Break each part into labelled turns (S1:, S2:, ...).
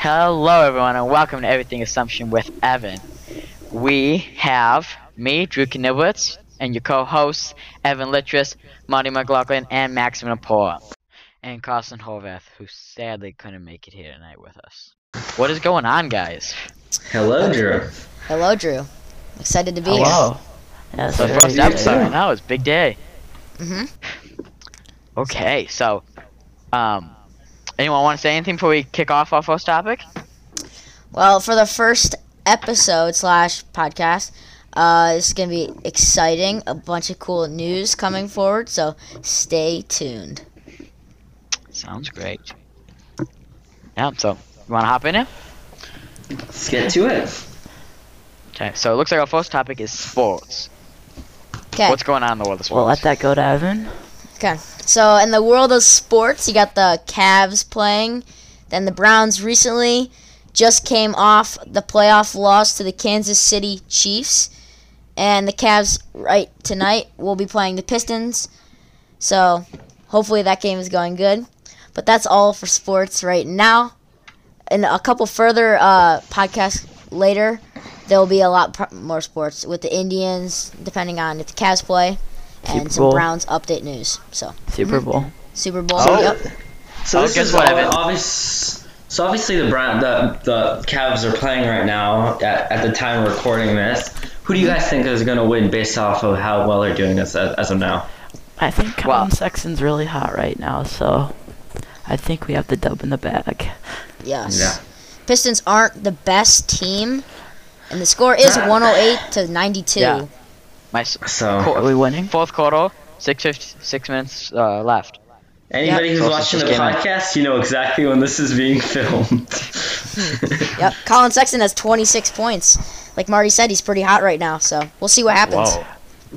S1: Hello, everyone, and welcome to Everything Assumption with Evan. We have me, Drew Knibwitz, and your co-hosts, Evan Littress, Marty McLaughlin, and Maxim Napor, and Carson Horvath, who sadly couldn't make it here tonight with us. What is going on, guys?
S2: Hello, Drew.
S3: Hello, Drew. Excited to be
S4: Yes,
S1: The
S4: very
S1: first
S4: good.
S1: episode. I know, it's a big day.
S3: here. hmm
S1: Okay, so, um, anyone want to say anything before we kick off our first topic?
S3: Well, for the first episode slash podcast, uh, this is gonna be exciting. A bunch of cool news coming forward, so stay tuned.
S1: Sounds great. Yeah, so, you want to hop in here?
S2: Let's get to it.
S1: Okay, so it looks like our first topic is sports.
S3: Okay.
S1: What's going on in the world of sports?
S4: We'll let that go to Evan.
S3: So in the world of sports, you got the Cavs playing, then the Browns recently just came off the playoff loss to the Kansas City Chiefs, and the Cavs right tonight will be playing the Pistons. So hopefully that game is going good. But that's all for sports right now. And a couple further uh, podcasts later, there will be a lot pro- more sports with the Indians, depending on if the Cavs play,
S4: Super
S3: and some
S4: Bowl.
S3: Browns update news. So.
S4: Super Bowl.
S3: Super Bowl.
S2: So,
S3: yep.
S2: so
S1: Oh,
S2: this
S1: guess
S2: is
S1: what,
S2: all,
S1: Evan?
S2: obvious. So obviously the Brown, the the Cavs are playing right now at, at the time of recording this. Who do you guys think is going to win based off of how well they're doing as, as of now?
S4: I think Colin
S1: Well-
S4: Sexton's really hot right now, so I think we have the dub in the bag.
S3: Yes.
S2: Yeah.
S3: Pistons aren't the best team, and the score is 108 to 92.
S1: Yeah. My s-
S2: So
S4: Are we
S1: qu-
S4: winning?
S1: fourth quarter, six fif- six minutes uh, left.
S2: anybody who's
S1: Closest
S2: watching the
S1: game.
S2: podcast, you know exactly when this is being filmed.
S1: Hmm.
S3: Yep. Colin Sexton has 26 points. Like Marty said, he's pretty hot right now, so we'll see what happens.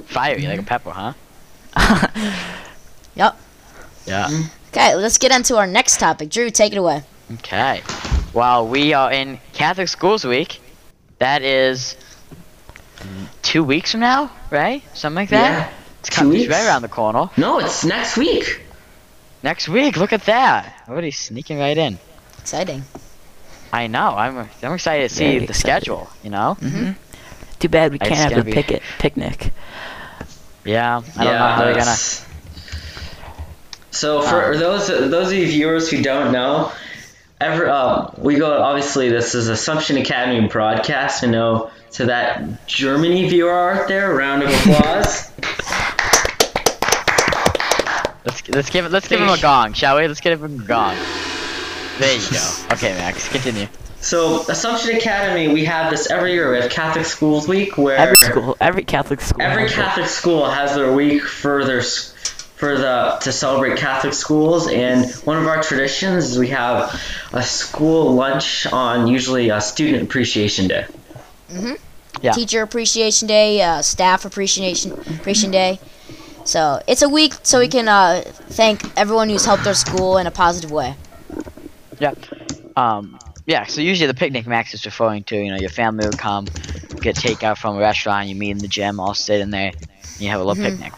S1: Fiery like a pepper, huh?
S4: Mm-hmm.
S3: Yep.
S1: Yeah.
S3: Okay, let's get into our next topic. Drew, take it away.
S1: Okay. Well, we are in Catholic Schools Week. That is two weeks from now, right? Something like that.
S2: yeah.
S1: it's
S2: two
S1: coming it's
S2: weeks.
S1: right around the corner.
S2: No, it's next week.
S1: Next week. Look at that. Already sneaking right in.
S3: Exciting.
S1: I know. I'm I'm excited to see
S4: Very
S1: the
S4: excited.
S1: schedule. You know.
S4: hmm Too bad we
S1: It's
S4: can't have
S1: gonna
S4: the
S1: be-
S4: picket picnic.
S1: Yeah. I don't know
S2: yeah,
S1: how they're gonna.
S2: that's- So for
S1: Um,
S2: those those of you viewers who don't know, ever uh, we go obviously this is Assumption Academy broadcast. I know to that Germany viewer out there, round of applause.
S1: Let's let's give it let's give him a gong, shall we? Let's give him a gong. There you go. Okay, Max, continue.
S2: so Assumption Academy, we have this every year. We have Catholic Schools Week where
S4: Every school, every Catholic school.
S2: every
S4: has it.
S2: Catholic school has their week for their s- for the to celebrate Catholic schools, and one of our traditions is we have a school lunch on usually a Student Appreciation Day.
S1: Yeah.
S3: Teacher Appreciation Day, uh, Staff Appreciation Appreciation Day. So it's a week so we can uh, thank everyone who's helped our school in a positive way.
S1: Yep. Um yeah, so usually the picnic Max is referring to, you know, your family will come, get takeout from a restaurant, you meet in the gym, all sit in there, and you have a little picnic.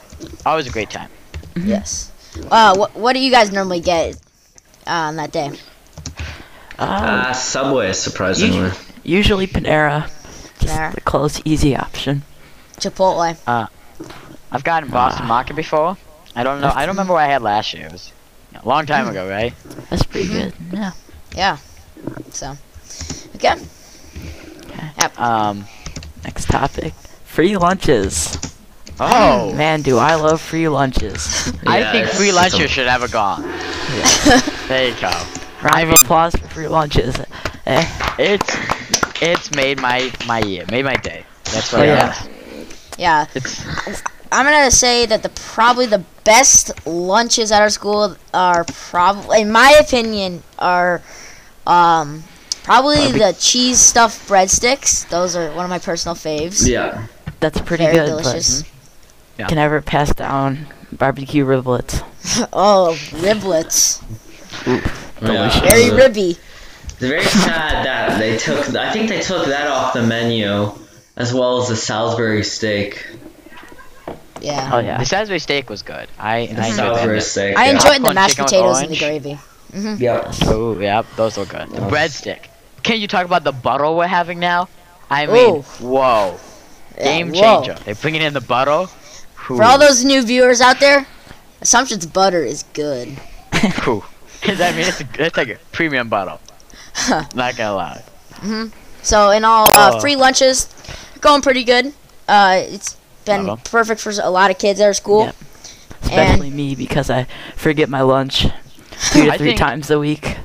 S1: Always a great time.
S3: Yes. Uh, what, what do you guys normally get uh, on that day?
S4: Oh,
S2: Uh, Subway, surprisingly.
S4: usually Panera. Just
S3: Panera.
S4: the close, easy option.
S3: Chipotle.
S1: I've gotten Boston
S4: Ah.
S1: Market before. I don't know I don't remember what I had last year. It was a long time ago, right?
S4: That's pretty good. Yeah.
S3: So, okay.
S1: Um
S4: Next topic. Free lunches.
S1: Oh
S4: Man, do I love free lunches.
S1: I
S2: Yeah,
S1: think
S2: it's-
S1: free
S2: it's
S1: lunches
S2: a-
S1: should have a gong. there you go.
S4: Round
S1: mean-
S4: of applause for free lunches. Eh,
S1: It's it's made my my year, made my day. That's what
S4: Oh,
S1: I
S4: yeah.
S1: got.
S3: Yeah,
S1: It's
S3: I'm gonna say that the probably the best lunches at our school are probably, in my opinion, are um probably
S4: Barbe-
S3: the cheese stuffed breadsticks. Those are one of my personal faves.
S2: Yeah.
S4: that's pretty
S3: Very
S4: good. but-
S3: delicious.
S1: Yeah.
S4: Can ever pass down barbecue riblets.
S3: oh, riblets.
S2: Delicious.
S3: Very
S4: Uh,
S3: ribby.
S2: It's very sad that they took. I think they took that off the menu, as well as the Salisbury steak.
S3: Yeah.
S4: Oh yeah.
S1: the Salisbury steak was good. I
S2: The
S1: I
S2: Salisbury
S1: enjoyed
S2: steak.
S3: I
S2: yeah.
S3: enjoyed the
S1: Popcorn
S3: mashed
S1: chicken with
S3: potatoes and the
S1: orange.
S3: gravy.
S2: Yep.
S1: Oh yeah, those were good. The
S2: Yes.
S1: breadstick. Can you talk about the bottle we're having now? I mean,
S3: Ooh.
S1: whoa.
S3: Yeah,
S1: Game
S3: whoa.
S1: changer. They're bringing in the bottle.
S3: For all those new viewers out there, Assumption's butter is good.
S1: Cool. I mean, it's, a, it's like a premium bottle. Not gonna lie.
S3: So in all, uh,
S1: Oh.
S3: free lunches, going pretty good. Uh, it's been
S1: Not bad.
S3: perfect for a lot of kids at our school.
S4: Yep. Especially me because I forget my lunch two
S1: I
S4: to three
S1: think-
S4: times a week.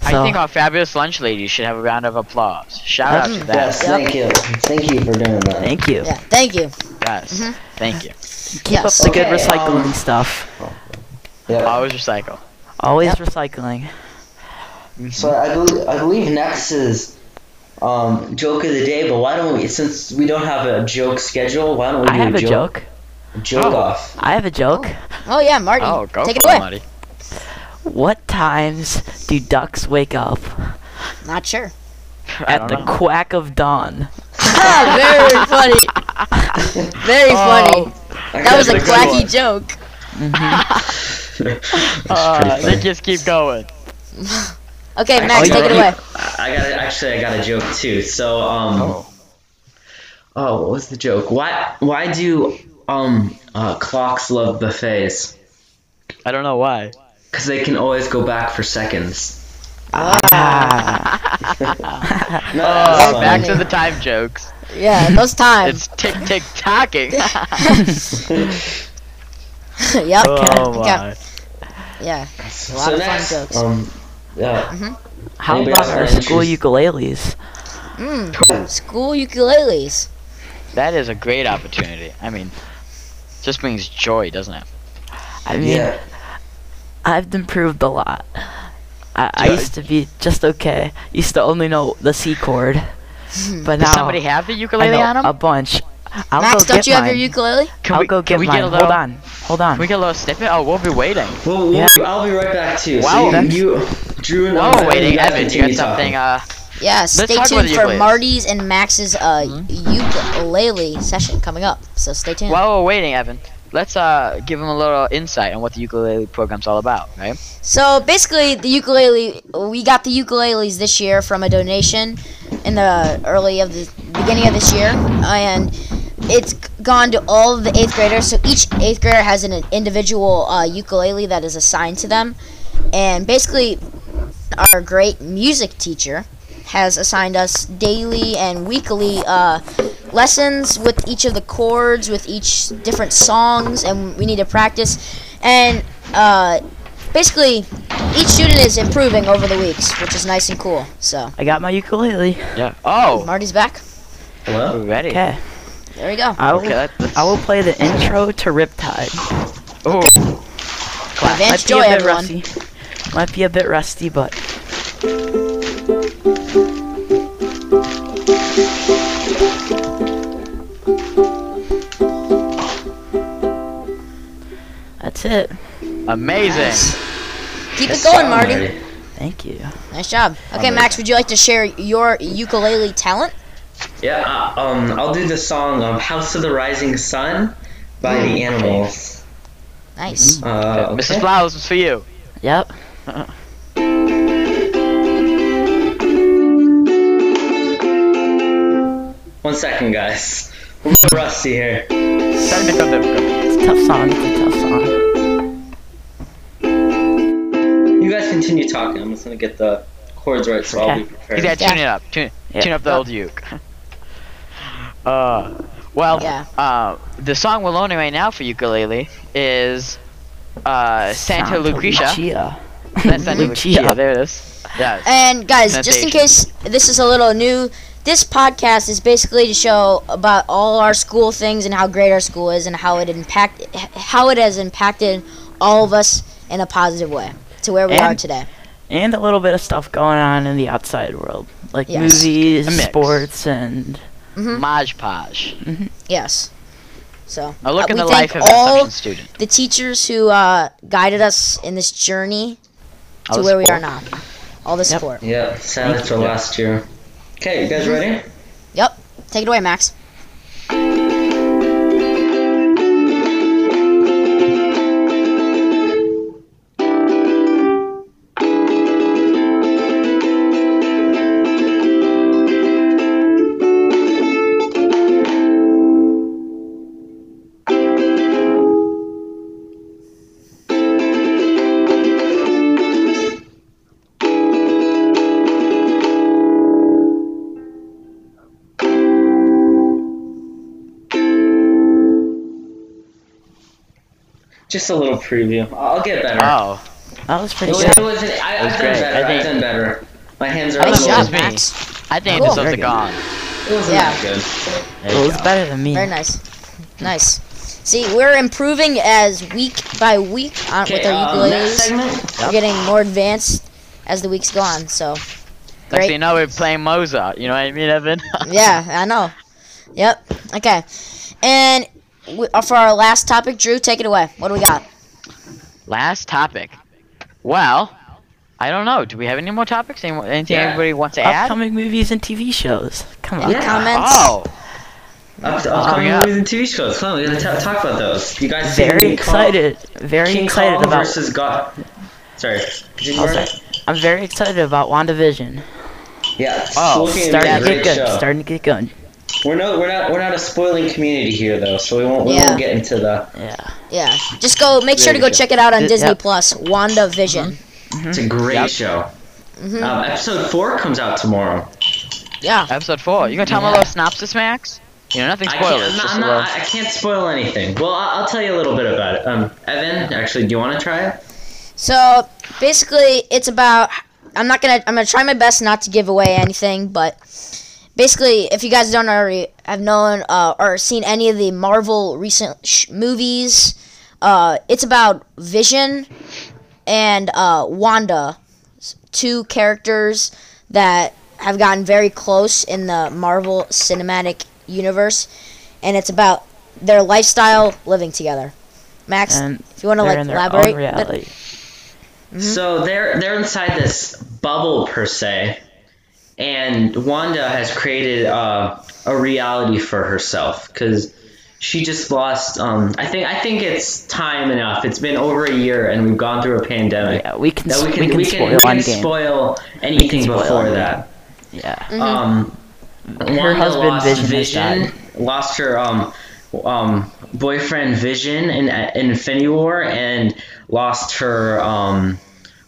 S4: So
S1: I think our fabulous lunch ladies should have a round of applause. Shout out to
S3: Mm.
S1: them.
S2: Yes,
S3: Yep.
S2: thank you. Thank you for doing that.
S4: thank you.
S3: Yeah, thank you.
S1: Yes.
S4: Mm-hmm.
S1: Thank you.
S4: Keep
S3: Yes.
S4: up the
S2: Okay,
S4: good recycling
S2: um,
S4: stuff.
S2: Yeah.
S1: Always recycle.
S4: Always
S3: yep.
S4: recycling.
S2: So I believe I believe next is um, joke of the day, but why don't we? Since we don't have a joke schedule, why don't we
S4: I
S2: do
S4: have a joke.
S2: Joke
S1: Oh.
S2: off.
S4: I have a joke.
S3: Oh yeah, Marty,
S1: Oh, go
S3: take it
S1: for
S3: away.
S1: it, Marty.
S4: What times do ducks wake up?
S3: Not sure.
S1: I
S4: At
S1: don't
S4: the
S1: know.
S4: quack of dawn.
S3: Ah, very funny. Very funny.
S2: I
S3: That
S2: got
S3: was a
S1: that's a good
S3: quacky
S1: one.
S3: joke.
S1: Uh,
S2: That's
S1: they
S2: pretty funny.
S1: just keep going.
S3: Okay,
S2: Actually,
S3: Max,
S2: you
S3: take it
S2: know
S3: away.
S2: what? I got actually I got a joke too. So um oh, what was the joke? Why why do um uh, clocks love buffets?
S1: I don't know why.
S2: Because they can always go back for seconds.
S4: Ah.
S1: Ah.
S2: No,
S1: Oh,
S4: Uh,
S3: That's
S1: back
S3: funny.
S1: to the time jokes.
S3: Yeah, those times.
S4: Um,
S1: It's tick tick tocking.
S3: yep.
S1: oh
S3: Okay.
S1: my.
S3: Yeah.
S2: So
S3: lot of fun
S2: next,
S3: jokes.
S2: um, yeah.
S4: How
S2: Anybody
S4: about
S2: else
S4: our
S2: have any
S4: school
S2: issues?
S4: ukuleles?
S3: School ukuleles.
S1: That is a great opportunity. I mean, just brings joy, doesn't it?
S4: I mean,
S2: Yeah.
S4: I've improved a lot. I, I
S1: Yeah.
S4: used to be just okay. Used to only know the C chord, but
S1: Hmm. Does
S4: now
S1: somebody have the
S4: I
S1: ukulele
S4: know
S1: on them?
S4: a bunch. I'll
S3: Max,
S4: go
S3: don't
S4: get
S3: you have your
S4: mine.
S3: ukulele?
S1: Can
S4: I'll
S1: we,
S4: go get
S1: can we
S4: mine.
S1: Get a little,
S4: Hold on, hold on.
S1: Can we get a little snippet? Oh, we'll be waiting.
S2: Well, we'll
S4: Yeah.
S2: be- I'll be right back too.
S1: Wow,
S2: so
S1: that's-
S2: you, you, Drew and
S1: Whoa,
S2: I,
S1: waiting,
S2: guys
S1: Evan, you
S2: continue
S1: got something? Uh,
S2: talking.
S3: Yeah, stay
S1: talk about Mm-hmm.
S3: tuned
S1: the
S3: for
S1: ukuleles.
S3: Marty's and Max's uh, ukulele session coming up. So stay tuned.
S1: while we're waiting, Evan, let's uh give them a little insight on what the ukulele program's all about, right?
S3: So basically, the ukulele we got the ukuleles this year from a donation in the early of the beginning of this year, and it's gone to all of the eighth graders. So each eighth grader has an individual uh, ukulele that is assigned to them, and basically, our great music teacher has assigned us daily and weekly uh, lessons with each of the chords, with each different songs, and we need to practice. And uh, basically, each student is improving over the weeks, which is nice and cool. So,
S4: I got my ukulele.
S1: Yeah. Oh,
S3: Marty's back.
S1: we're
S2: Hello.
S1: ready.
S4: Okay,
S3: There we go.
S4: I will.
S1: Okay, that, that's,
S4: I will play the intro to Riptide.
S1: ooh,
S3: Advance
S4: Might
S3: joy,
S4: be a bit
S3: everyone.
S4: rusty. Might be a bit rusty, but that's it.
S1: amazing.
S3: Keep it going, Marty.
S4: Thank you.
S3: Nice job. Okay, Max, would you like to share your ukulele talent?
S2: Yeah. Uh, um, I'll do the song um, "House of the Rising Sun" by the Animals.
S3: Nice.
S2: Uh, okay.
S1: Mrs. Flowers is for you.
S4: Yep.
S2: One second, guys. We're a little rusty here.
S1: Technical difficulty.
S4: It's a tough song. It's a tough song.
S2: You guys continue talking. I'm just gonna get the chords right, so I'll be
S4: Okay.
S1: You
S2: prepared.
S1: gotta tune it up. Tune,
S4: Yeah.
S1: tune up the old uke. uh, well,
S3: Yeah.
S1: uh, the song we're learning right now for ukulele is uh, Santa, Lucretia.
S4: Lucia.
S1: That's Santa Lucia.
S4: Lucia.
S1: There it is. Yes.
S3: And guys, just in case this is a little new, this podcast is basically to show about all our school things and how great our school is and how it impact how it has impacted all of us in a positive way to where we are
S4: And-
S3: today.
S4: And a little bit of stuff going on in the outside world, like
S3: Yes.
S1: A
S4: movies,
S1: mix.
S4: sports, and
S3: Um,
S1: Maj Podge.
S3: Yes. So
S1: A look
S3: uh,
S1: in
S3: we
S1: the
S3: thank
S1: life of an
S3: all
S1: Assumption student.
S3: the teachers who uh, guided us in this journey
S1: All
S3: to
S1: the
S3: where we are
S1: support.
S3: now. All the
S4: Yep.
S3: support.
S2: Yeah, sounded for last year. Okay, you guys ready?
S3: Yep. Take it away, Max.
S5: Thank
S2: Just a little preview. I'll get better.
S1: Oh,
S4: That was pretty
S2: It was,
S4: good.
S2: it was, I,
S1: That was
S2: I've done
S1: great.
S2: better.
S1: I
S2: I've
S1: think-
S2: done better. My hands are. a
S1: I
S3: Nice
S1: think it
S2: little-
S1: was
S3: job,
S1: me.
S3: Max.
S1: I think
S3: Cool.
S1: it deserves
S4: Very
S1: a
S4: good.
S1: gong.
S2: It wasn't
S3: Yeah.
S2: that good.
S1: There
S4: Well, it
S1: you
S4: was
S1: go.
S4: better than me.
S3: Very nice. Nice. See, we're improving as week by week on, with
S2: Okay,
S3: our
S2: um, next
S3: ukuleles.
S2: segment.
S3: We're getting more advanced as the weeks go on. So,
S1: Next
S3: great.
S1: thing you know, we're playing Mozart. You know what I mean, Evan?
S3: yeah, I know. Yep. Okay. And we, uh, for our last topic, Drew, take it away. What do we got?
S1: Last topic. Well, I don't know. Do we have any more topics? Any, anything
S2: Yeah.
S1: everybody wants to add?
S4: Upcoming movies and TV shows. Come on.
S2: Yeah.
S3: Comments?
S1: Oh,
S2: Up to upcoming
S1: coming up.
S2: movies and TV shows. Come on, we gotta ta- talk about those. You guys see
S4: Very
S2: King Kong-
S4: excited. Very
S2: King
S4: excited
S2: Kong
S4: about. Oh,
S2: versus God. Sorry. Continue,
S4: I'll
S2: Mark.
S4: say- I'm very excited about WandaVision.
S2: Yeah. it's
S1: Oh,
S2: looking at
S4: Starting
S2: a
S4: to get
S2: great
S4: good.
S2: show.
S4: Starting to get good.
S2: We're not we're not we're not a spoiling community here though, so we won't we
S3: Yeah.
S2: won't get into the.
S4: Yeah.
S3: Yeah. Just go. Make sure to go
S1: Really good.
S3: check it out on
S4: Yep.
S3: Disney Plus. Wanda Vision.
S4: Mm-hmm.
S2: It's a great
S1: Yep.
S2: show. Um, episode four comes out tomorrow.
S3: Yeah.
S1: episode four. You gonna tell me a little synopsis, Max? You know, nothing
S2: I can't,
S1: spoilers.
S2: I'm not,
S1: just
S2: I'm
S1: a
S2: not-
S1: little-
S2: I can't spoil anything. Well, I- I'll tell you a little bit about it. Um, Evan, actually, do you want to try it?
S3: So basically, it's about. I'm not gonna. I'm gonna try my best not to give away anything, but basically, if you guys don't already have known uh, or seen any of the Marvel recent sh- movies, uh, it's about Vision and uh, Wanda, s- two characters that have gotten very close in the Marvel Cinematic Universe, and it's about their lifestyle living together. Max,
S4: And
S3: if you want to
S4: they're
S3: like
S4: in their
S3: elaborate,
S4: own
S3: a bit?
S4: reality.
S2: So they're they're inside this bubble per se, and Wanda has created uh, a reality for herself because she just lost. Um, I think I think it's time enough. It's been over a year, and we've gone through a pandemic.
S4: Yeah, we can,
S2: That we can, we can,
S4: spoil
S2: we can
S4: one game.
S2: spoil anything
S4: spoil
S2: before
S4: Endgame.
S2: that.
S4: yeah.
S2: Um, Wanda
S4: husband,
S2: lost
S4: Vision, has died.
S2: lost her um, um, boyfriend Vision in, in Infinity War, and lost her um,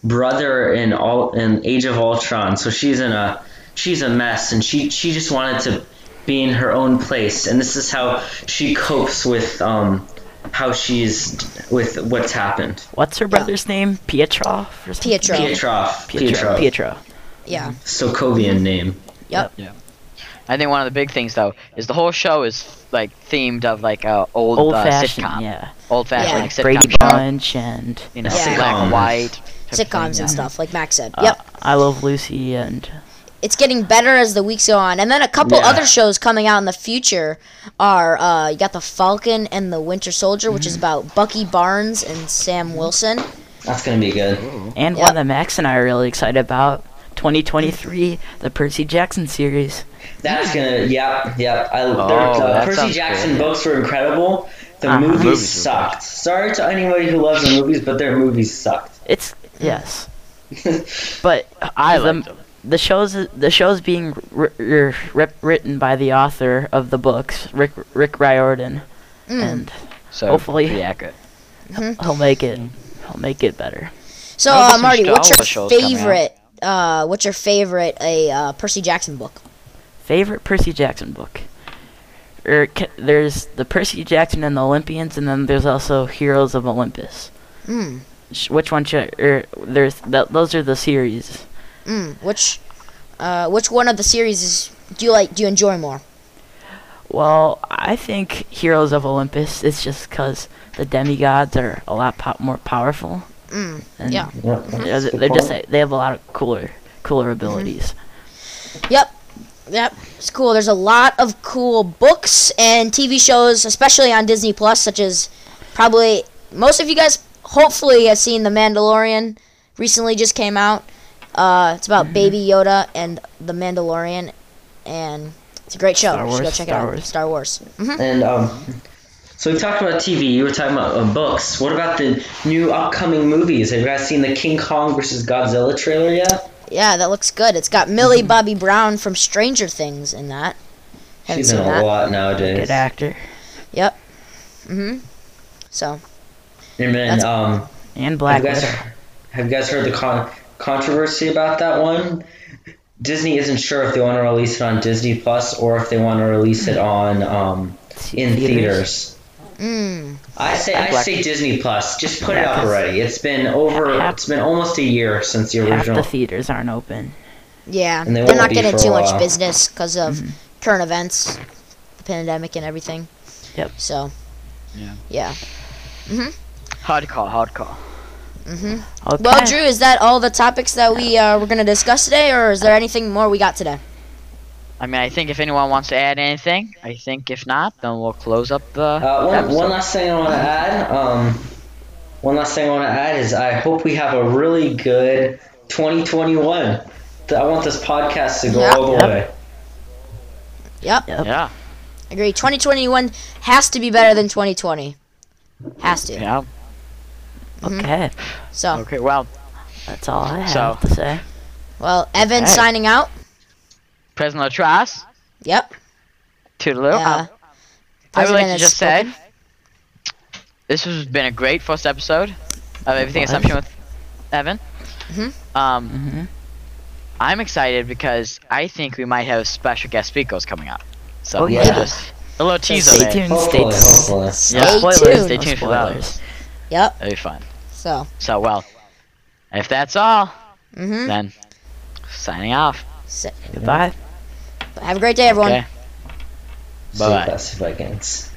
S2: brother in all in Age of Ultron. So she's in a she's a mess, and she she just wanted to be in her own place, and this is how she copes with um, how she's with what's happened.
S4: What's her brother's name? Pietro? Or something?
S3: Pietro.
S2: Pietroff,
S4: Pietro.
S2: Pietro,
S4: Pietro.
S1: Mm-hmm.
S3: Yeah.
S2: Sokovian name.
S1: I think one of the big things though is the whole show is like themed of like uh, old,
S4: Old
S1: uh,
S4: fashioned.
S1: sitcom,
S4: Yeah.
S1: old fashioned
S3: Yeah.
S1: like sitcom
S4: Brady
S1: show.
S4: Bunch and
S1: You know,
S3: Yeah.
S1: black and
S2: Sitcoms.
S1: white type of
S3: Sitcoms
S1: thing,
S3: and
S1: yeah.
S3: stuff, like Max said.
S4: uh,
S3: yep.
S4: I Love Lucy and
S3: it's getting better as the weeks go on. And then a couple
S2: Yeah.
S3: other shows coming out in the future are uh, you got the Falcon and the Winter Soldier, which
S1: Mm-hmm.
S3: is about Bucky Barnes and Sam Wilson.
S2: That's gonna be good.
S4: and
S3: Yep.
S4: one that Max and I are really excited about. 2023, the Percy Jackson series.
S2: That's gonna, yep, yep. I,
S1: Oh,
S2: they're- the
S1: that
S2: Percy
S1: sounds
S2: Jackson
S1: cool.
S2: books were incredible. The
S4: Uh-huh.
S2: movies,
S1: Movies were
S2: sucked. Sorry to anybody who loves the movies, but their movies sucked.
S4: It's yes, but I the,
S1: liked 'em.
S4: the shows the shows being ri ri- rip- written by the author of the books, Rick Rick Riordan,
S3: Mm.
S4: and
S1: So
S4: Hopefully.
S1: pretty accurate.
S4: he'll make it he'll make it better.
S3: So
S1: There'll be
S3: uh,
S1: some
S3: Marty,
S1: Star
S3: what's
S1: Wars
S3: your
S1: shows coming out.
S3: favorite? Uh, what's your favorite a uh, Percy Jackson book?
S4: Favorite Percy Jackson book. Er, c- there's the Percy Jackson and the Olympians, and then there's also Heroes of Olympus.
S3: Mm,
S4: Sh- Which one should? Er, there's th- those are the series.
S3: mm, which uh, which one of the series is do you like? Do you enjoy more?
S4: Well, I think Heroes of Olympus is just because the demigods are a lot po- more powerful.
S3: Mm,
S4: And
S3: yeah.
S2: Mm-hmm.
S4: They're, they're just they have a lot of cooler cooler abilities.
S2: Mm-hmm.
S3: Yep. Yep. It's cool. There's a lot of cool books and TV shows, especially on Disney Plus, such as probably most of you guys hopefully have seen The Mandalorian. Recently just came out. Uh, it's
S4: Mm-hmm.
S3: about Baby Yoda and the Mandalorian, and it's a great show.
S4: Star
S3: you should go
S4: Wars,
S3: check
S4: Star
S3: it out.
S4: Wars.
S3: Star Wars. hmm
S2: And um, so we talked about TV. You were talking about uh, books. What about the new upcoming movies? Have you guys seen the King Kong versus Godzilla trailer yet?
S3: Yeah, that looks good. It's got
S4: Mm-hmm.
S3: Millie Bobby Brown from Stranger Things in that. Haven't
S2: She's in
S3: seen
S2: a
S3: that.
S2: lot nowadays.
S4: Good actor
S3: Yep. hmm So
S2: And then,
S3: That's-
S2: um,
S4: and Black
S2: have you guys
S4: Widow.
S2: have you guys heard the con- controversy about that one? Disney isn't sure if they want to release it on Disney Plus or if they want to release it on um,
S4: See-
S2: in theaters.
S3: Mm.
S2: I say I
S1: Black-
S2: say Disney Plus. Just put it
S4: Yeah,
S2: up
S4: 'cause-
S2: already. It's been over.
S4: Half-
S2: It's been almost a year since the
S4: Half the
S2: original.
S4: theaters aren't open.
S3: Yeah,
S2: And they
S3: they are
S2: won't
S3: not
S2: be
S3: getting
S2: for a
S3: too much
S2: while.
S3: business because of
S1: Mm-hmm.
S4: Mhm.
S3: current events, the pandemic, and everything.
S4: Yep.
S3: So.
S1: Yeah.
S3: Yeah.
S1: Hardcore, hardcore.
S3: hmm
S4: Okay.
S3: Well, Drew, is that all the topics that we uh, were gonna discuss today, or is
S1: Uh,
S3: there anything more we got today?
S1: I mean, I think if anyone wants to add anything, I think if not, then we'll close up the.
S2: Uh, one,
S1: episode.
S2: one last thing I want to add. Um, one last thing I want to add is I hope we have a really good 2021. Th- I want this podcast to go
S3: Yeah.
S2: all the
S4: Yep.
S2: way.
S3: Yep.
S4: Yep.
S1: Yeah,
S3: Agree. 2021 has to be better than 2020. Has to.
S1: yeah.
S3: Mhm.
S4: Okay.
S3: So,
S1: Okay, well,
S4: That's all I have
S1: So-
S4: to say.
S3: well, Evan
S1: Okay.
S3: signing out.
S1: President Latras,
S3: Yep.
S1: toodaloo. Um,
S3: Yeah.
S1: I would
S3: President
S1: like to
S3: has
S1: just
S3: spoken.
S1: say this has been a great first episode of Everything
S4: was.
S1: Assumption with Evan.
S3: Mhm.
S1: Um,
S4: hmm
S1: I'm excited because I think we might have special guest speakers coming up. So
S4: Oh,
S1: that's
S2: yeah.
S1: just a little teaser.
S4: Stay
S1: there.
S4: tuned. Stay
S2: Hopefully, hopefully.
S3: Stay
S1: Yeah.
S4: Spoilers.
S1: Stay
S3: tuned.
S4: no
S1: tuned for
S4: spoilers.
S3: Yep.
S1: That'd be fun.
S3: So,
S1: So well, if that's all,
S4: Mm-hmm.
S3: hmm
S1: then signing off.
S4: Goodbye.
S3: have a great day, everyone.
S1: Okay.
S2: See if
S1: Bye.
S2: tá, that's if I can.